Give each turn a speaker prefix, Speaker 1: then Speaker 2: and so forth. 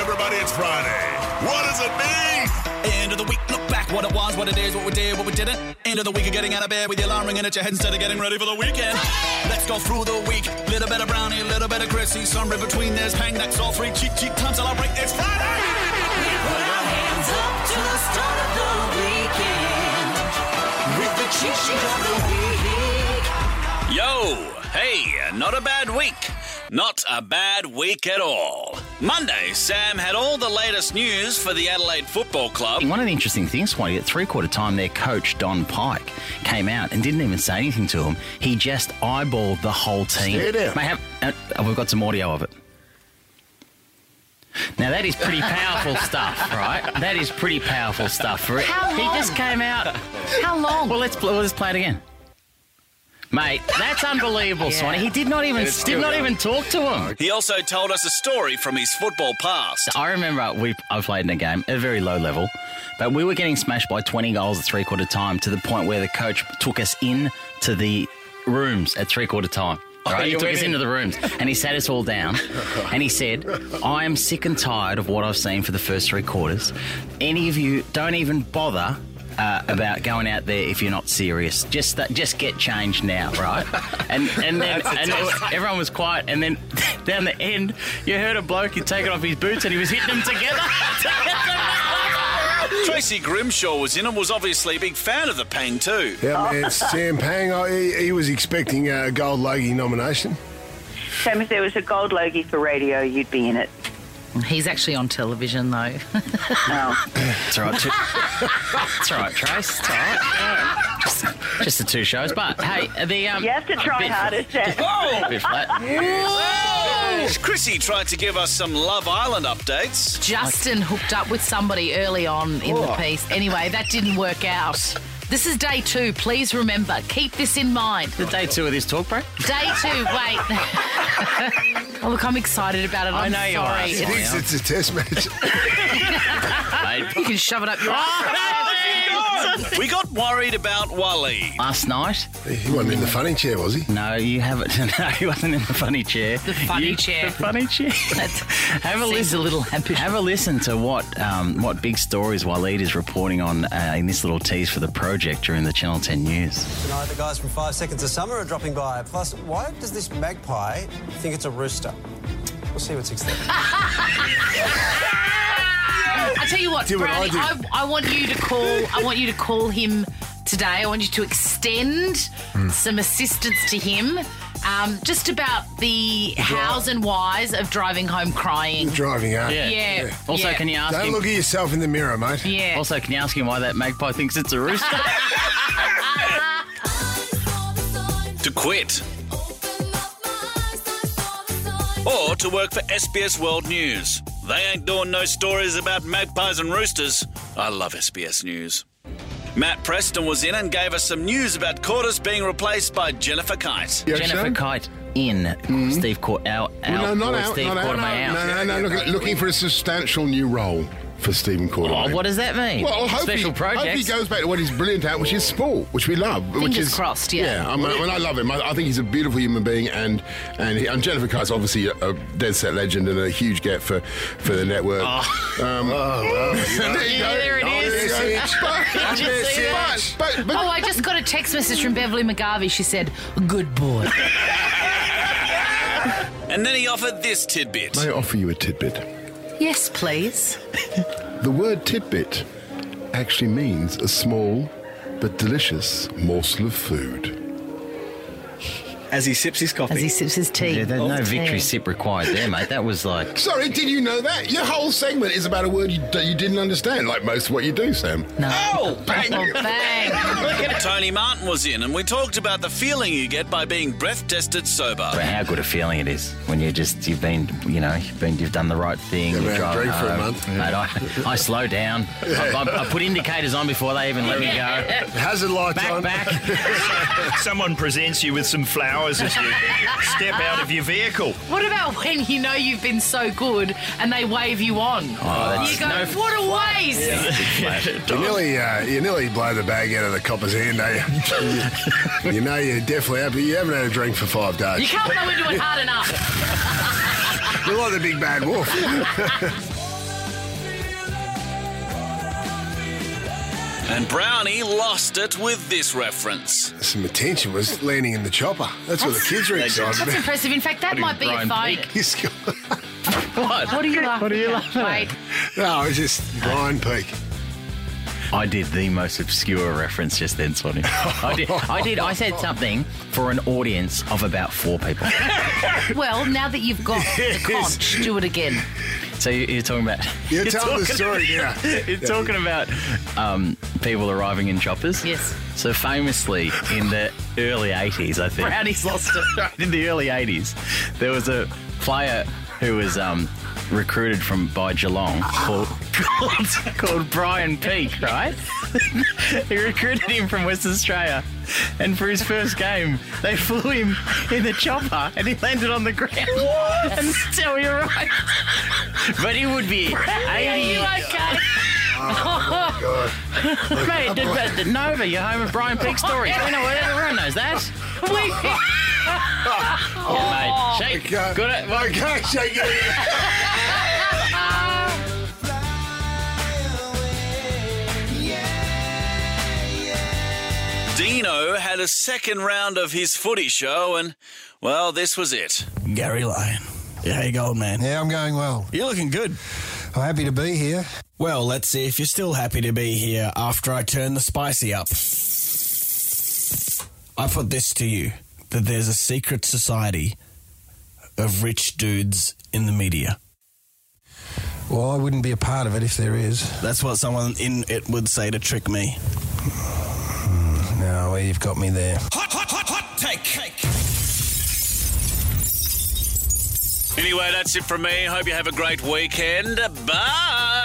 Speaker 1: everybody. It's Friday. What does it mean?
Speaker 2: End of the week, look back what it was, what it is, what we did, what we didn't. End of the week of getting out of bed with your alarm ringing at your head instead of getting ready for the weekend. Let's go through the week. Little bit of brownie, little bit of Chrissy, somewhere between there's hang that's all free. Cheat, cheat, time celebrate. It's Friday.
Speaker 3: We put our hands up to the start of the weekend with the cheat sheet of the week.
Speaker 4: Yo, hey, not a bad week. Not a bad week at all. Monday, Sam had all the latest news for the Adelaide Football Club.
Speaker 5: One of the interesting things, Swanee, at three quarter time, their coach, Don Pike, came out and didn't even say anything to him. He just eyeballed the whole team.
Speaker 6: Stare down.
Speaker 5: Mate, have, uh, uh, we've got some audio of it. Now, that is pretty powerful stuff, right? That is pretty powerful stuff. For it.
Speaker 7: How
Speaker 5: He
Speaker 7: long?
Speaker 5: just came out.
Speaker 7: How long?
Speaker 5: Well, let's, pl- let's play it again. Mate, that's unbelievable,
Speaker 7: Yeah.
Speaker 5: Swanee. He did not even
Speaker 6: And it's
Speaker 5: did
Speaker 6: still
Speaker 5: not
Speaker 6: going.
Speaker 5: even talk to him.
Speaker 4: He also told us a story from his football past.
Speaker 5: I remember we I played in a game at a very low level, but we were getting smashed by 20 goals at three quarter time to the point where the coach took us in to the rooms at three quarter time.
Speaker 4: Oh,
Speaker 6: you
Speaker 5: Right? he took
Speaker 6: went
Speaker 5: us
Speaker 6: in.
Speaker 5: into the rooms and he sat us all down and he said, I am sick and tired of what I've seen for the first three quarters. Any of you don't even bother. Uh, about going out there if you're not serious, just that, just get changed now, right? And and then and it was- everyone was quiet, and then down the end, you heard a bloke who'd taken off his boots and he was hitting them together.
Speaker 4: Tracy Grimshaw was in and was obviously a big fan of the Pang, too.
Speaker 6: Our man Sam Pang, I, he, he was expecting a gold Logie nomination.
Speaker 8: Sam, if there was a gold logie for radio, you'd be in it.
Speaker 7: He's actually on television though.
Speaker 8: No.
Speaker 5: It's all right, two, it's all right, Trace. It's all right. Yeah. Just, just the two shows, but hey, the um,
Speaker 8: You have to
Speaker 5: a
Speaker 8: try
Speaker 5: bit-
Speaker 8: harder, Sam.
Speaker 5: a bit flat.
Speaker 4: Chrissy tried to give us some Love Island updates.
Speaker 7: Justin hooked up with somebody early on in the piece. Anyway, that didn't work out. This is day two. Please remember, keep this in mind.
Speaker 5: The day two of this talk break.
Speaker 7: Day two. Wait. oh, look, I'm excited about it.
Speaker 5: I
Speaker 7: I'm
Speaker 5: know you are.
Speaker 7: sorry.
Speaker 6: He thinks it's a test match.
Speaker 5: Mate.
Speaker 7: You can shove it up your
Speaker 4: Oh, We got worried about Wally.
Speaker 5: Last night,
Speaker 6: he wasn't in the funny chair, was he?
Speaker 5: no, you haven't. No, he wasn't in the funny chair. The
Speaker 7: funny chair.
Speaker 5: The funny chair. have a
Speaker 7: seems
Speaker 5: listen.
Speaker 7: a little ambitious.
Speaker 5: Have a listen to what um, what big stories Waleed is reporting on uh, in this little tease for the project during the Channel Ten News.
Speaker 9: Tonight, the guys from Five Seconds of Summer are dropping by. Plus, why does this magpie think it's a rooster? We'll see what's exciting.
Speaker 7: I tell you what,
Speaker 6: Do what I
Speaker 7: Brownie, I, I, want you to call. I want you to call him today. I want you to extend some assistance to him, um, just about the hows and whys of driving home crying.
Speaker 6: Driving hard.
Speaker 5: Yeah.
Speaker 7: Yeah.
Speaker 5: Also,
Speaker 7: yeah.
Speaker 5: can you ask
Speaker 6: Don't
Speaker 5: him?
Speaker 6: look at yourself in the mirror, mate.
Speaker 7: Yeah.
Speaker 5: Also, can you ask him why that magpie thinks it's a rooster?
Speaker 4: To quit. Or to work for SBS World News. They ain't doing no stories about magpies and roosters. I love SBS News. Matt Preston was in and gave us some news about Cordis being replaced by Jennifer Kite.
Speaker 6: You
Speaker 5: Jennifer
Speaker 6: understand?
Speaker 5: Kite in Steve Court out.
Speaker 10: Mm-hmm. No, not out.
Speaker 5: Steve
Speaker 10: not out.
Speaker 5: Quartermain out.
Speaker 10: No, no, no. look- looking for a substantial new role for Stephen Quartermain.
Speaker 5: Oh, what does that mean?
Speaker 10: Well, I hope
Speaker 5: Special
Speaker 10: he,
Speaker 5: projects.
Speaker 10: Hope he goes back to what he's brilliant at, which is sport, which we love. which
Speaker 7: Fingers
Speaker 10: is,
Speaker 7: crossed, yeah.
Speaker 10: Yeah, I mean, I mean, I love him. I, I think he's a beautiful human being, and and, he, and Jennifer Kite's obviously a, a dead set legend and a huge get for for the network. Um, there you
Speaker 5: Yeah,
Speaker 10: go.
Speaker 5: there it
Speaker 10: Oh,
Speaker 5: is.
Speaker 10: there you go. But-
Speaker 5: you see that?
Speaker 10: But, but, but
Speaker 7: Oh, I just got a text message from Beverly McGarvey. She said, "Good boy."
Speaker 4: And then he offered this tidbit.
Speaker 10: may I offer you a tidbit?
Speaker 7: yes, please.
Speaker 10: The word tidbit actually means a small but delicious morsel of food.
Speaker 11: As he sips his coffee.
Speaker 7: As he sips his tea.
Speaker 5: yeah, there's no
Speaker 10: Oh,
Speaker 7: Tea.
Speaker 5: victory sip required there, mate. That was like.
Speaker 10: Sorry, did you know that? Your whole segment is about a word you, d- you didn't understand, like most of what you do, Sam.
Speaker 7: No.
Speaker 10: Oh, bang!
Speaker 7: Oh, bang.
Speaker 4: Tony Martin was in and we talked about the feeling you get by being breath tested sober.
Speaker 5: But how good a feeling it is when you just you've been you know you've been you've done the right thing.
Speaker 6: Yeah,
Speaker 5: you
Speaker 6: man,
Speaker 5: drive
Speaker 6: drink for a
Speaker 5: home.
Speaker 6: month.
Speaker 5: Mate, I, I slow down. I, I, I put indicators on before they even let me go.
Speaker 6: Hazard lights
Speaker 5: Back,
Speaker 6: on.
Speaker 5: back.
Speaker 11: Someone presents you with some flowers as you step out of your vehicle.
Speaker 7: What about when you know you've been so good and they wave you on?
Speaker 5: Oh,
Speaker 7: you go, what a waste!
Speaker 6: You nearly, uh, you nearly blow the bag out of the copper's hand, don't you? you know you're definitely happy. You haven't had a drink for five
Speaker 7: You
Speaker 6: days.
Speaker 7: can't blow into it hard enough.
Speaker 6: You're like the big bad wolf.
Speaker 4: And Brownie lost it with this reference.
Speaker 6: Some attention was landing in the chopper. That's, what the kids were excited
Speaker 7: That's
Speaker 6: about.
Speaker 7: impressive. In fact, that might be a phone.
Speaker 6: He's got-
Speaker 7: What? What are you laughing What are you laughing at? Wait.
Speaker 6: No, it was just Brian Peak.
Speaker 5: I did the most obscure reference just then, Sonny. I did. I did. I said something for an audience of about four people.
Speaker 7: Well, now that you've got the conch, do it again.
Speaker 5: So you- you're talking about.
Speaker 6: You're telling the story
Speaker 5: yeah.
Speaker 6: now.
Speaker 5: You're talking about um, people arriving in choppers.
Speaker 7: Yes.
Speaker 5: So famously, in the early 80s, I think.
Speaker 7: Brownie's lost it.
Speaker 5: in the early 80s, there was a player who was um, recruited from by Geelong called, called, called Brian Peake, right? he recruited him from West Australia. And for his first game, they flew him in the chopper and he landed on the ground. What? And so you're right. But he would be 80.
Speaker 7: Are you okay?
Speaker 6: God.
Speaker 5: Mate, did, but, Nova, you're home with Brian Peake stories. We know everyone knows that. Yeah, mate. Shake.
Speaker 6: God.
Speaker 5: Good at,
Speaker 6: I can't shake it.
Speaker 4: Dino had a second round of his footy show, and, well, this was it.
Speaker 12: Gary Lyon. Yeah, how you going, man? Yeah, I'm going well. You're looking good. I'm happy to be here. Well, let's see if you're still happy to be here after I turn the spicy up. I put this to you that there's a secret society of rich dudes in the media.
Speaker 13: Well, I wouldn't be a part of it if there is.
Speaker 12: That's what someone in it would say to trick me.
Speaker 13: No, well, you've got me there.
Speaker 12: Hot, hot, hot, hot take.
Speaker 4: Anyway, that's it from me. Hope you have a great weekend. Bye.